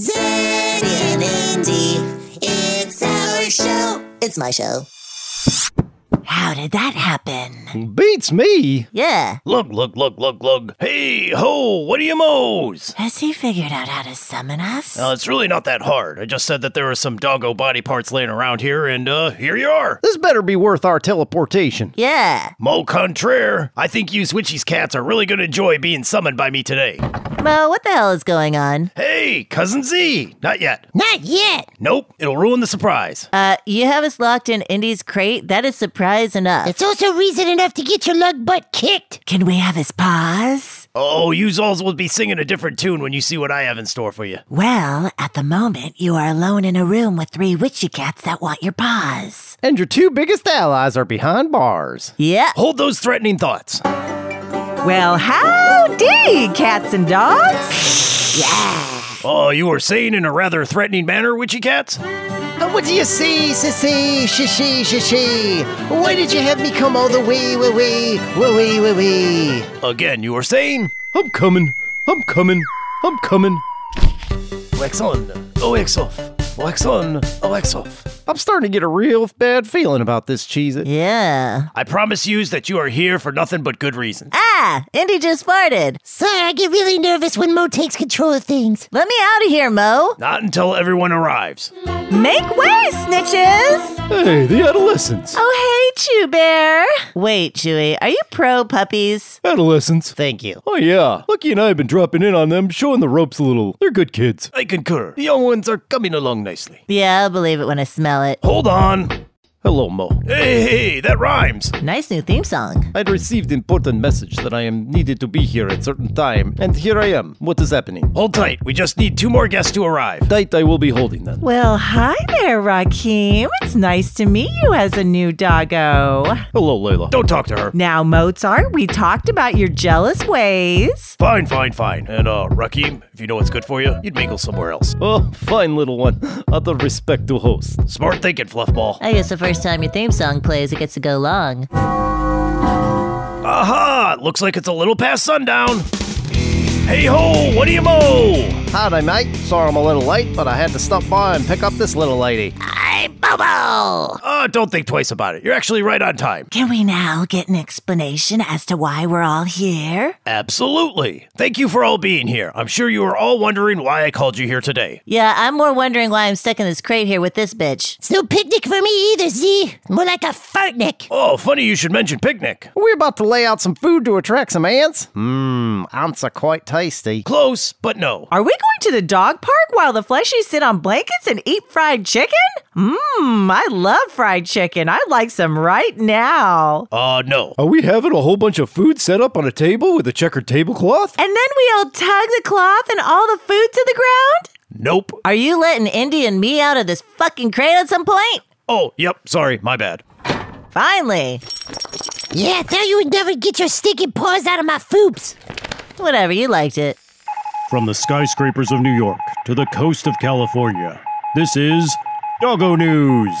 Zed and Andy, it's our show. It's my show. How did that happen? Beats me. Yeah. Look, look, look, look, look. Hey, ho, what do you mows? Has he figured out how to summon us? Uh, it's really not that hard. I just said that there were some doggo body parts laying around here, and uh, here you are. This better be worth our teleportation. yeah. Mo contraire, I think you Switchy's cats are really gonna enjoy being summoned by me today. Mo, what the hell is going on? Hey, cousin Z, not yet. Not yet. Nope, it'll ruin the surprise. Uh, you have us locked in Indy's crate. That is surprise enough. It's also reason enough to get your lug butt kicked. Can we have his paws? Oh, you alls will be singing a different tune when you see what I have in store for you. Well, at the moment, you are alone in a room with three witchy cats that want your paws. And your two biggest allies are behind bars. Yeah. Hold those threatening thoughts. Well, howdy, cats and dogs. Oh, you were saying in a rather threatening manner, Witchy cats? Uh, what do you see, sissy, shishi, shishi? Why did you have me come all the way, way, way, way, way, way? Again, you were saying? I'm coming. I'm coming. I'm coming. Wax on, oh, wax off. Wax on, oh, wax off. I'm starting to get a real bad feeling about this cheese. It. Yeah. I promise yous that you are here for nothing but good reasons. Ah, Indy just farted. Sir, I get really nervous when Mo takes control of things. Let me out of here, Mo. Not until everyone arrives. Make way, snitches. Hey, the adolescents. Oh, hey, Chew Bear. Wait, Chewy, are you pro puppies? Adolescents. Thank you. Oh, yeah. Lucky and I have been dropping in on them, showing the ropes a little. They're good kids. I concur. The young ones are coming along nicely. Yeah, I'll believe it when I smell it. Hold on. Hello, Mo. Hey, hey, that rhymes. Nice new theme song. I'd received important message that I am needed to be here at certain time, and here I am. What is happening? Hold tight. We just need two more guests to arrive. Tight I will be holding them. Well, hi there, Rakim. It's nice to meet you as a new doggo. Hello, Layla. Don't talk to her. Now, Mozart, we talked about your jealous ways. Fine, fine, fine. And, uh, Rakim, if you know what's good for you, you'd mingle somewhere else. Oh, fine little one. Out of respect to host. Smart thinking, Fluffball. I guess the first time your theme song plays, it gets to go long. Aha! Looks like it's a little past sundown. Hey ho, what do you mow? Howdy, mate. Sorry I'm a little late, but I had to stop by and pick up this little lady. Hey, Bobo! Uh, don't think twice about it. You're actually right on time. Can we now get an explanation as to why we're all here? Absolutely. Thank you for all being here. I'm sure you are all wondering why I called you here today. Yeah, I'm more wondering why I'm stuck in this crate here with this bitch. It's no picnic for me either, Z. More like a fartnick. Oh, funny you should mention picnic. We're about to lay out some food to attract some ants. Mmm, ants are quite tasty. Close, but no. Are we going to the dog park while the fleshies sit on blankets and eat fried chicken? Mmm, I love fried chicken. I'd like some right now. Uh, no. Are we having a whole bunch of food set up on a table with a checkered tablecloth? And then we all tug the cloth and all the food to the ground? Nope. Are you letting Indy and me out of this fucking crate at some point? Oh, yep. Sorry. My bad. Finally. Yeah, I thought you would never get your stinking paws out of my foops. Whatever, you liked it. From the skyscrapers of New York to the coast of California, this is Doggo News.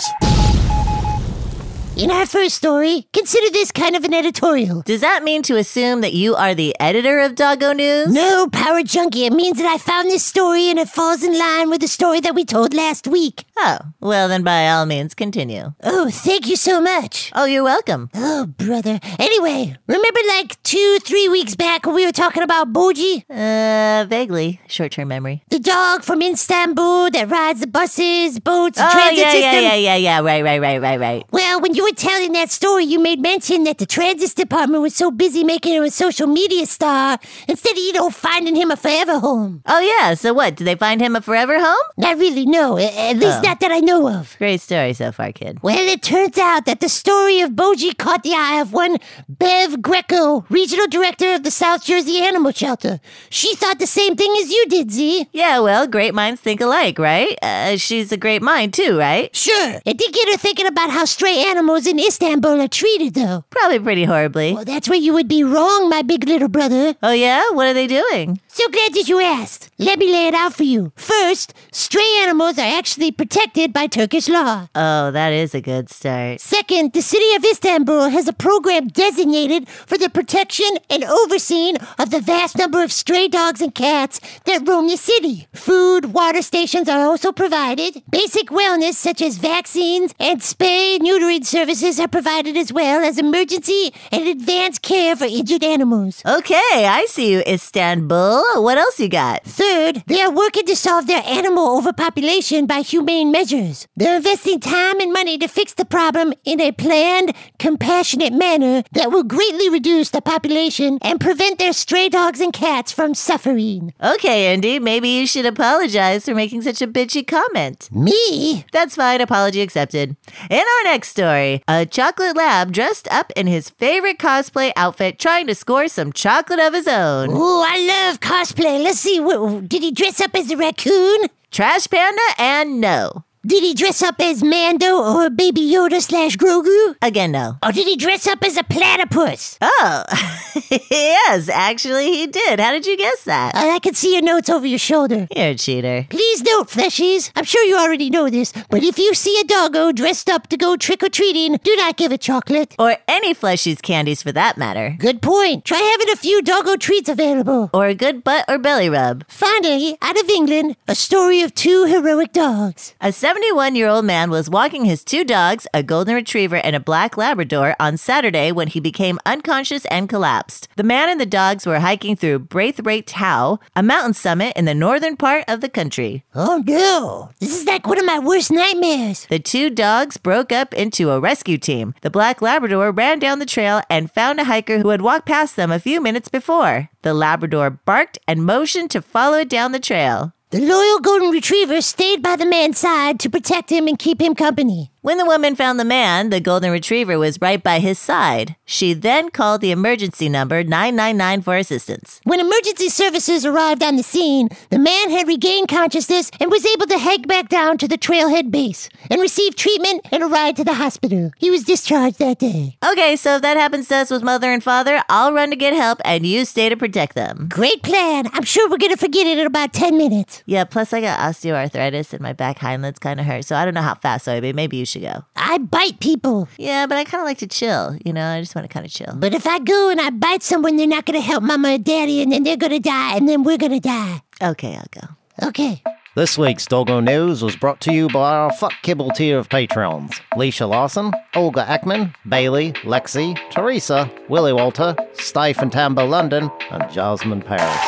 In our first story, consider this kind of an editorial. Does that mean to assume that you are the editor of Doggo News? No, Power Junkie, it means that I found this story and it falls in line with the story that we told last week. Oh, well, then by all means, continue. Oh, thank you so much. Oh, you're welcome. Oh, brother. Anyway, remember like two, three weeks back when we were talking about Boji? Uh, vaguely. Short term memory. The dog from Istanbul that rides the buses, boats, and Oh, transit yeah, yeah, system? yeah, yeah, yeah. Right, right, right, right, right. Well, when you were telling that story, you made mention that the transit department was so busy making him a social media star instead of, you know, finding him a forever home. Oh, yeah. So what? Did they find him a forever home? Not really, no. a- At least not that I know of. Great story so far, kid. Well, it turns out that the story of Boji caught the eye of one Bev Greco, regional director of the South Jersey Animal Shelter. She thought the same thing as you did, Z. Yeah, well, great minds think alike, right? Uh, she's a great mind, too, right? Sure. It did get her thinking about how stray animals doggos in Istanbul are treated, though. Probably pretty horribly. Well, that's where you would be wrong, my big little brother. Oh, yeah? What are they doing? So glad that you asked. Let me lay it out for you. First, stray animals are actually protected by Turkish law. Oh, that is a good start. Second, the city of Istanbul has a program designated for the protection and overseeing of the vast number of stray dogs and cats that roam the city. Food, water stations are also provided. Basic wellness, such as vaccines and spay neutering services, are provided as well as emergency and advanced care for injured animals. Okay, I see you, Istanbul. What else you got? Third, they are working to solve their animal overpopulation by humane measures. They're investing time and money to fix the problem in a planned, compassionate manner that will greatly reduce the population and prevent their stray dogs and cats from suffering. Okay, Andy, maybe you should apologize for making such a bitchy comment. Me? That's fine, apology accepted. In our next story, a chocolate lab dressed up in his favorite cosplay outfit trying to score some chocolate of his own. Ooh, I love cosplay. Let's see. wh- Did he dress up as a raccoon? Trash Panda and no. Did he dress up as Mando or Baby Yoda slash Grogu? Again, no. Or did he dress up as a platypus? Uh, Oh, yes, actually, he did. How did you guess that? I I can see your notes over your shoulder. You're a cheater. Please note, fleshies, I'm sure you already know this, but if you see a doggo dressed up to go trick or treating, do not give it chocolate. Or any fleshy's candies for that matter. Good point. Try having a few doggo treats available. Or a good butt or belly rub. Finally, out of England, a story of two heroic dogs. A 71 year old man was walking his two dogs, a golden retriever and a black Labrador, on Saturday when he became unconscious and collapsed. The man and the dogs were hiking through Braithwaite Tow, a mountain summit in the northern part of the country. Oh no, this is like one of my worst nightmares. The two dogs broke up into a rescue team. The black Labrador ran down the trail and found a hiker who had walked past them a few minutes before. The Labrador barked and motioned to follow it down the trail. The loyal golden retriever stayed by the man's side to protect him and keep him company. When the woman found the man, the golden retriever was right by his side. She then called the emergency number 999 for assistance. When emergency services arrived on the scene, the man had regained consciousness and was able to hike back down to the trailhead base and receive treatment and a ride to the hospital. He was discharged that day. Okay, so if that happens to us with mother and father, I'll run to get help and you stay to protect them. Great plan. I'm sure we're going to forget it in about 10 minutes. Yeah, plus I got osteoarthritis and my back hind hindlegs kind of hurt, so I don't know how fast I'll be. Maybe you should go. I bite people, Yeah, but I kind of like to chill, you know? I just want to kind of chill. but if I go and I bite someone, they're not going to help mama and daddy, and then they're going to die, and then we're going to die. Okay, I'll go. Okay. This week's Doggo News was brought to you by our fuck kibble tier of patrons Leisha Larson, Olga Ackman, Bailey, Lexi, Teresa, Willie Walter, Steve and Tambo London, and Jasmine Paris.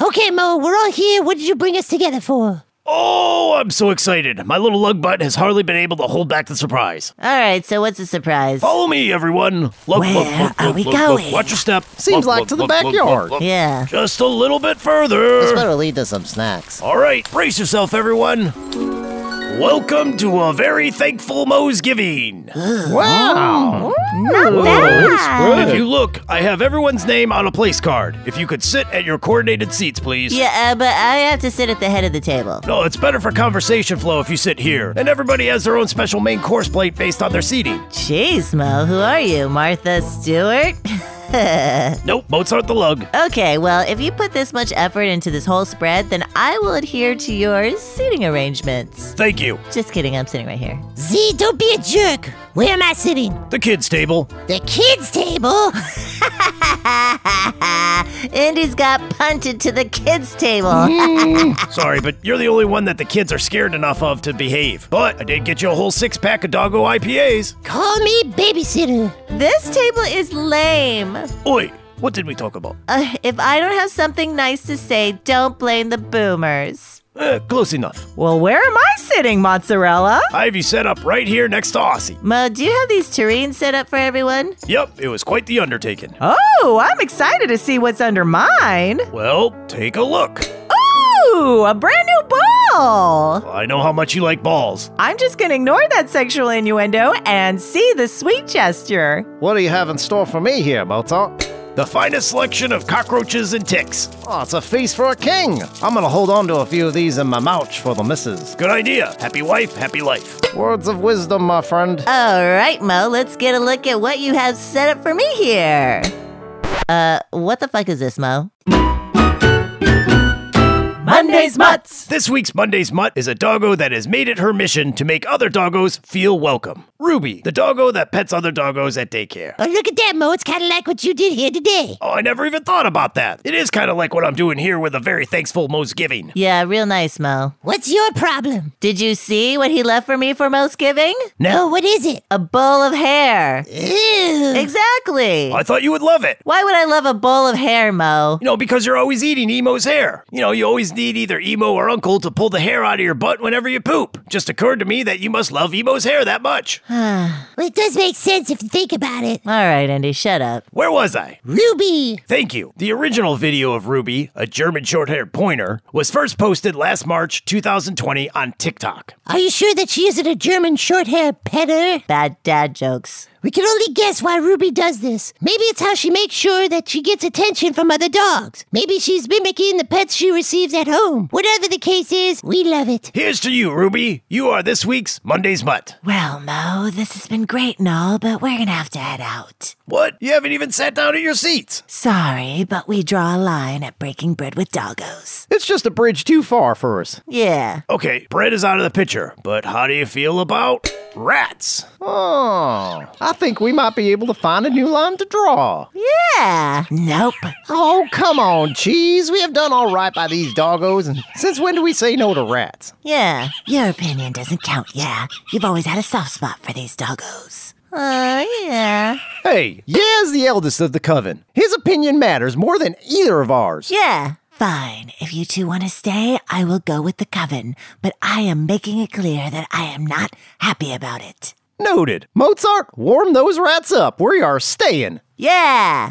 Okay, Mo, we're all here. What did you bring us together for? Oh, I'm so excited. My little lug butt has hardly been able to hold back the surprise. All right, so what's the surprise? Follow me, everyone. Lug, Where lug, lug, are lug, we lug, lug. going? Watch your step. Lug, Seems like lug, to the lug, lug, lug, backyard. lug. Yeah. Just a little bit This further. better lead to some snacks. All right, brace yourself, everyone. Welcome to a very thankful Mo's Giving. Wow! Not Oh, Ah. If you look, I have everyone's name on a place card. If you could sit at your coordinated seats, please. Yeah, uh, but I have to sit at the head of the table. No, it's better for conversation flow if you sit here. And everybody has their own special main course plate based on their seating. Jeez, Mo, who are you? Martha Stewart? Nope, Mozart the lug. okay, well, if you put this much effort into this whole spread, then I will adhere to your seating arrangements. Thank you. Just kidding, I'm sitting right here. Z, don't be a jerk. Where am I sitting? The kids' table. The kids' table? Andy's got punted to the kids' table. Sorry, but you're the only one that the kids are scared enough of to behave. But I did get you a whole six pack of doggo IPAs. Call me babysitter. this table is lame. Oi, what did we talk about? Uh, if I don't have something nice to say, don't blame the boomers. Eh, close enough. Well, where am I sitting, mozzarella? Ivy set up right here next to Aussie. Mo, do you have these tureens set up for everyone? Yep, it was quite the undertaking. Oh, I'm excited to see what's under mine. Well, take a look. Ooh, a brand new ball. I know how much you like balls. I'm just going to ignore that sexual innuendo and see the sweet gesture. What do you have in store for me here, Mozart? The finest selection of cockroaches and ticks. Oh, it's a feast for a king. I'm gonna hold on to a few of these in my mouch for the missus. Good idea. Happy wife, happy life. Words of wisdom, my friend. All right, Mo, let's get a look at what you have set up for me here. Uh, what the fuck is this, Mo? Monday's Mutts! This week's Monday's Mutt is a doggo that has made it her mission to make other doggos feel welcome. Ruby, the doggo that pets other doggos at daycare. Oh, look at that, Mo. It's kind of like what you did here today. Oh, I never even thought about that. It is kind of like what I'm doing here with a very thankful Mo's giving. Yeah, real nice, Mo. What's your problem? Did you see what he left for me for Mo's giving? No, what is it? A bowl of hair. Ew. Exactly. I thought you would love it. Why would I love a bowl of hair, Mo? You know, because you're always eating Emo's hair. You know, you always need either Emo or Uncle to pull the hair out of your butt whenever you poop. Just occurred to me that you must love Emo's hair that much. Well, it does make sense if you think about it. All right, Andy, shut up. Where was I? Ruby. Thank you. The original video of Ruby, a German short haired pointer, was first posted last March 2020 on TikTok. Are you sure that she isn't a German short hair petter? Bad dad jokes. We can only guess why Ruby does this. Maybe it's how she makes sure that she gets attention from other dogs. Maybe she's mimicking the pets she receives at home. Whatever the case is, we love it. Here's to you, Ruby. You are this week's Monday's Mutt. Well, Mo, this has been great and all, but we're gonna have to head out. What? You haven't even sat down at your seats. Sorry, but we draw a line at breaking bread with doggos. It's just a bridge too far for us. Yeah. Okay, bread is out of the picture, but how do you feel about rats? Oh, I think we might be able to find a new line to draw. Yeah. Nope. Oh, come on, cheese. We have done all right by these doggos, and since when do we say no to rats? Yeah. Your opinion doesn't count, yeah. You've always had a soft spot for these doggos. Uh, yeah. Hey, yeah is the eldest of the coven. His opinion matters more than either of ours. Yeah. Fine. If you two want to stay, I will go with the coven, but I am making it clear that I am not happy about it. Noted. Mozart, warm those rats up. We are staying. Yeah.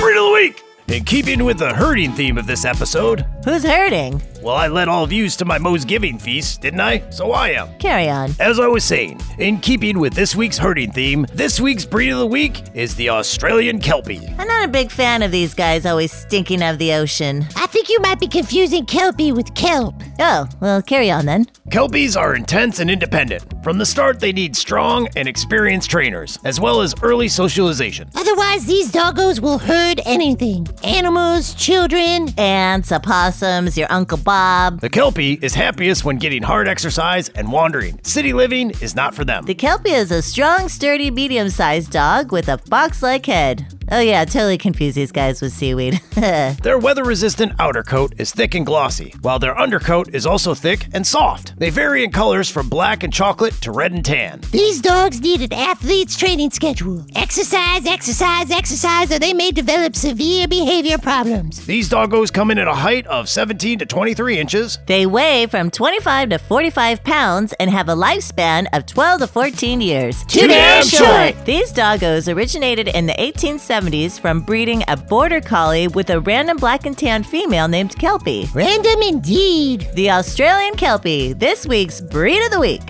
Breed of the Week! In keeping with the herding theme of this episode, Who's hurting? well, I led all of you to my Moe's Giving Feast, didn't I? So I am. Carry on. As I was saying, in keeping with this week's herding theme, this week's breed of the week is the Australian Kelpie. I'm not a big fan of these guys always stinking of the ocean. I think you might be confusing Kelpie with kelp. Oh, well, carry on then. Kelpies are intense and independent. From the start, they need strong and experienced trainers, as well as early socialization. Otherwise, these doggos will herd anything animals, children. Ants, opossums, your Uncle Bob. The Kelpie is happiest when getting hard exercise and wandering. City living is not for them. The Kelpie is a strong, sturdy, medium sized dog with a fox like head. Oh, yeah, totally confuse these guys with seaweed. Their weather resistant outer coat is thick and glossy, while their undercoat is also thick and soft. They vary in colors from black and chocolate to red and tan. These dogs need an athlete's training schedule. Exercise, exercise, exercise, or they may develop severe behavior problems. These doggos come in at a height of 17 to 23 inches. they weigh from 25 to 45 pounds and have a lifespan of 12 to 14 years. Too damn short. These doggos originated in the 1870s from breeding a border collie with a random black and tan female named Kelpie. Random indeed. The Australian Kelpie, this week's breed of the week.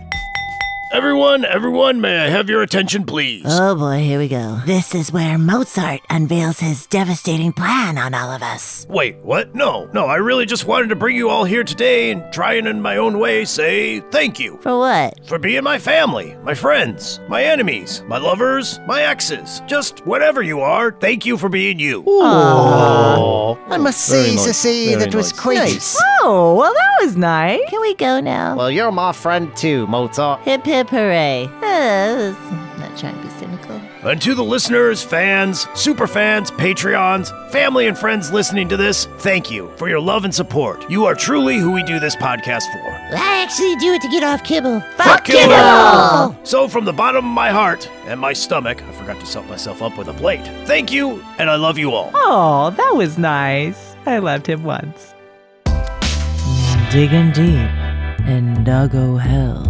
Everyone, everyone, may I have your attention, please? Oh boy, here we go. This is where Mozart unveils his devastating plan on all of us. Wait, what? No, no, I really just wanted to bring you all here today and try and, in my own way, say thank you For what? for being my family, my friends, my enemies, my lovers, my exes, just whatever you are. Thank you for being you. Oh, I must Very say, nice. Ceci, Very that was nice. quite. Oh, well, that was nice. Can we go now? Well, you're my friend too, Mozart. Hip hip hooray. Uh, I'm not trying to be cynical. And to the listeners, fans, super fans, Patreons, family and friends listening to this, thank you for your love and support. You are truly who we do this podcast for. Well, I actually do it to get off kibble. Fuck you all! So, from the bottom of my heart and my stomach, I forgot to set myself up with a plate. Thank you, and I love you all. Oh, that was nice. I loved him once. Digging deep in doggo health.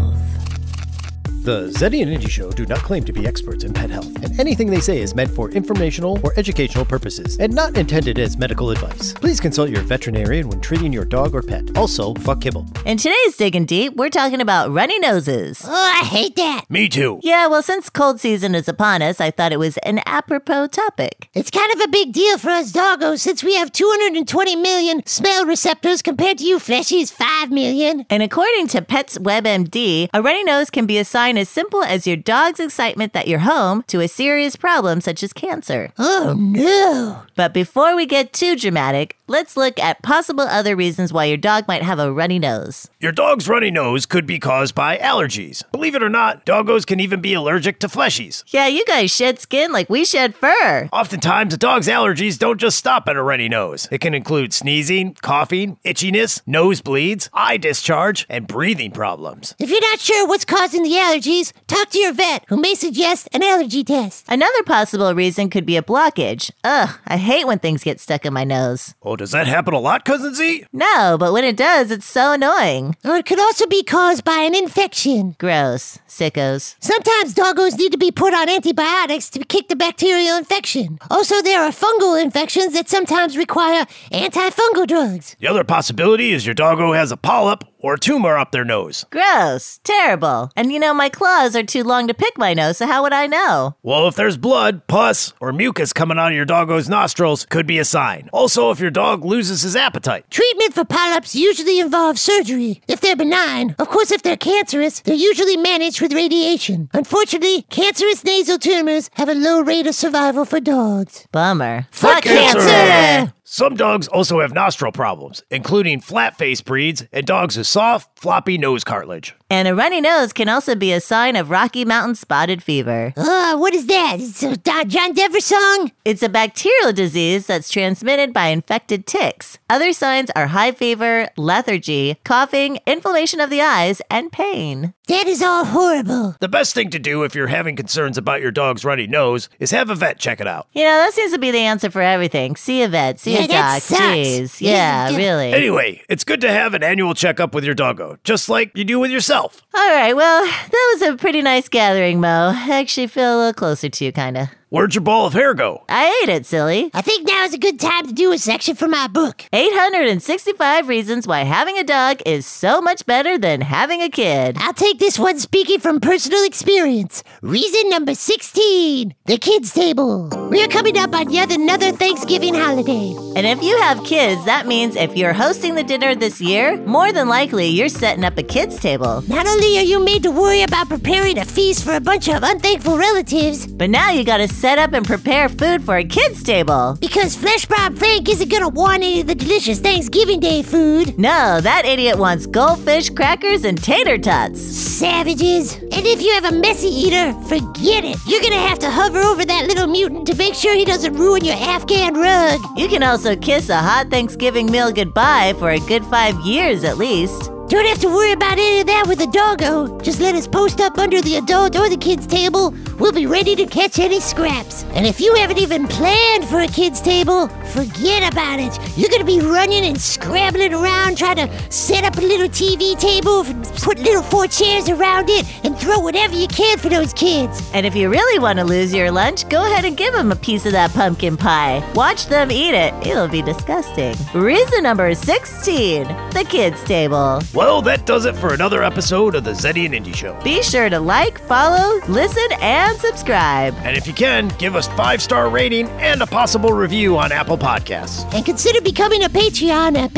The Zeddy and Indy Show do not claim to be experts in pet health, and anything they say is meant for informational or educational purposes and not intended as medical advice. Please consult your veterinarian when treating your dog or pet. Also, fuck kibble. In today's Digging Deep, we're talking about runny noses. Oh, I hate that. Me too. Yeah, well, since cold season is upon us, I thought it was an apropos topic. It's kind of a big deal for us doggos since we have 220 million smell receptors compared to you fleshies 5 million. And according to Pets WebMD, a runny nose can be a sign as simple as your dog's excitement that you're home to a serious problem such as cancer. Oh no. But before we get too dramatic, let's look at possible other reasons why your dog might have a runny nose. Your dog's runny nose could be caused by allergies. Believe it or not, doggos can even be allergic to fleshies. Yeah, you guys shed skin like we shed fur. Oftentimes, a dog's allergies don't just stop at a runny nose. It can include sneezing, coughing, itchiness, nosebleeds, eye discharge, and breathing problems. If you're not sure what's causing the allergies, talk to your vet who may suggest an allergy test. Another possible reason could be a blockage. Ugh, I hate when things get stuck in my nose. Oh, does that happen a lot, Cousin Z? No, but when it does, it's so annoying. Or it could also be caused by an infection. Gross. Sickos. Sometimes doggos need to be put on antibiotics to kick the bacterial infection. Also, there are fungal infections that sometimes require antifungal drugs. The other possibility is your doggo has a polyp or tumor up their nose. Gross. Terrible. And you know, my claws are too long to pick my nose, so how would I know? Well, if there's blood, pus, or mucus coming out of your doggo's nostrils, could be a sign. Also, if your dog loses his appetite. Treatment for polyps usually involves surgery if they're benign. Of course, if they're cancerous, they're usually managed with radiation. Unfortunately, cancerous nasal tumors have a low rate of survival for dogs. Bummer. Fuck cancer! cancer! Some dogs also have nostril problems, including flat face breeds and dogs with soft, floppy nose cartilage. And a runny nose can also be a sign of Rocky Mountain spotted fever. Uh, what is that? It's a Do- John Denver song? It's a bacterial disease that's transmitted by infected ticks. Other signs are high fever, lethargy, coughing, inflammation of the eyes, and pain. That is all horrible. The best thing to do if you're having concerns about your dog's runny nose is have a vet check it out. You know, that seems to be the answer for everything. See a vet, see Yeah, a that doc. sucks. Jeez. Yeah, Yeah, yeah. really. Anyway, it's good to have an annual checkup with your doggo, just like you do with yourself. All right, well, that was a pretty nice gathering, Mo. I actually feel a little closer to you, kinda. Where'd your ball of hair go? I ate it, silly. I think now is a good time to do a section for my book. 865 reasons why having a dog is so much better than having a kid. I'll take this one speaking from personal experience. Reason number 16 the kids' table. We are coming up on yet another Thanksgiving holiday. And if you have kids, that means if you're hosting the dinner this year, more than likely you're setting up a kids' table. Not only are you made to worry about preparing a feast for a bunch of unthankful relatives, But now you gotta set up and prepare food for a kids' table. because Flesh Bob Frank isn't gonna want any of the delicious Thanksgiving Day food. No, that idiot wants goldfish, crackers, and tater tots. Savages. And if you have a messy eater, forget it. You're gonna have to hover over that little mutant to make sure he doesn't ruin your Afghan rug. You can also kiss a hot Thanksgiving meal goodbye for a good five years at least. Don't have to worry about any of that with a doggo. Just let us post up under the adult or the kids' table. We'll be ready to catch any scraps. And if you haven't even planned for a kids' table, forget about it. You're gonna be running and scrambling around trying to set up a little TV table, f- put little four chairs around it, and throw whatever you can for those kids. And if you really want to lose your lunch, go ahead and give them a piece of that pumpkin pie. Watch them eat it. It'll be disgusting. Reason number 16 The Kids Table. Well, that does it for another episode of the Zeddy and Indy Show. Be sure to like, follow, listen, and subscribe. And if you can, give us five star rating and a possible review on Apple Podcasts. And consider becoming a Patreon at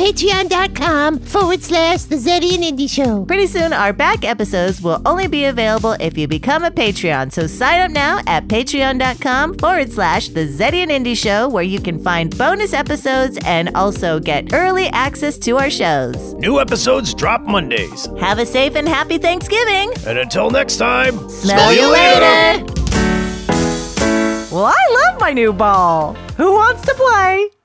patreon.com forward slash the Zeddy and Indy Show. Pretty soon, our back episodes will only be available if you become a Patreon. So sign up now at patreon.com forward slash The Zeddy and Indie Show, where you can find bonus episodes and also get early access to our shows. New episodes drop Mondays. Have a safe and happy Thanksgiving. And until next time, Smell you later. Well, I love my new ball. Who wants to play?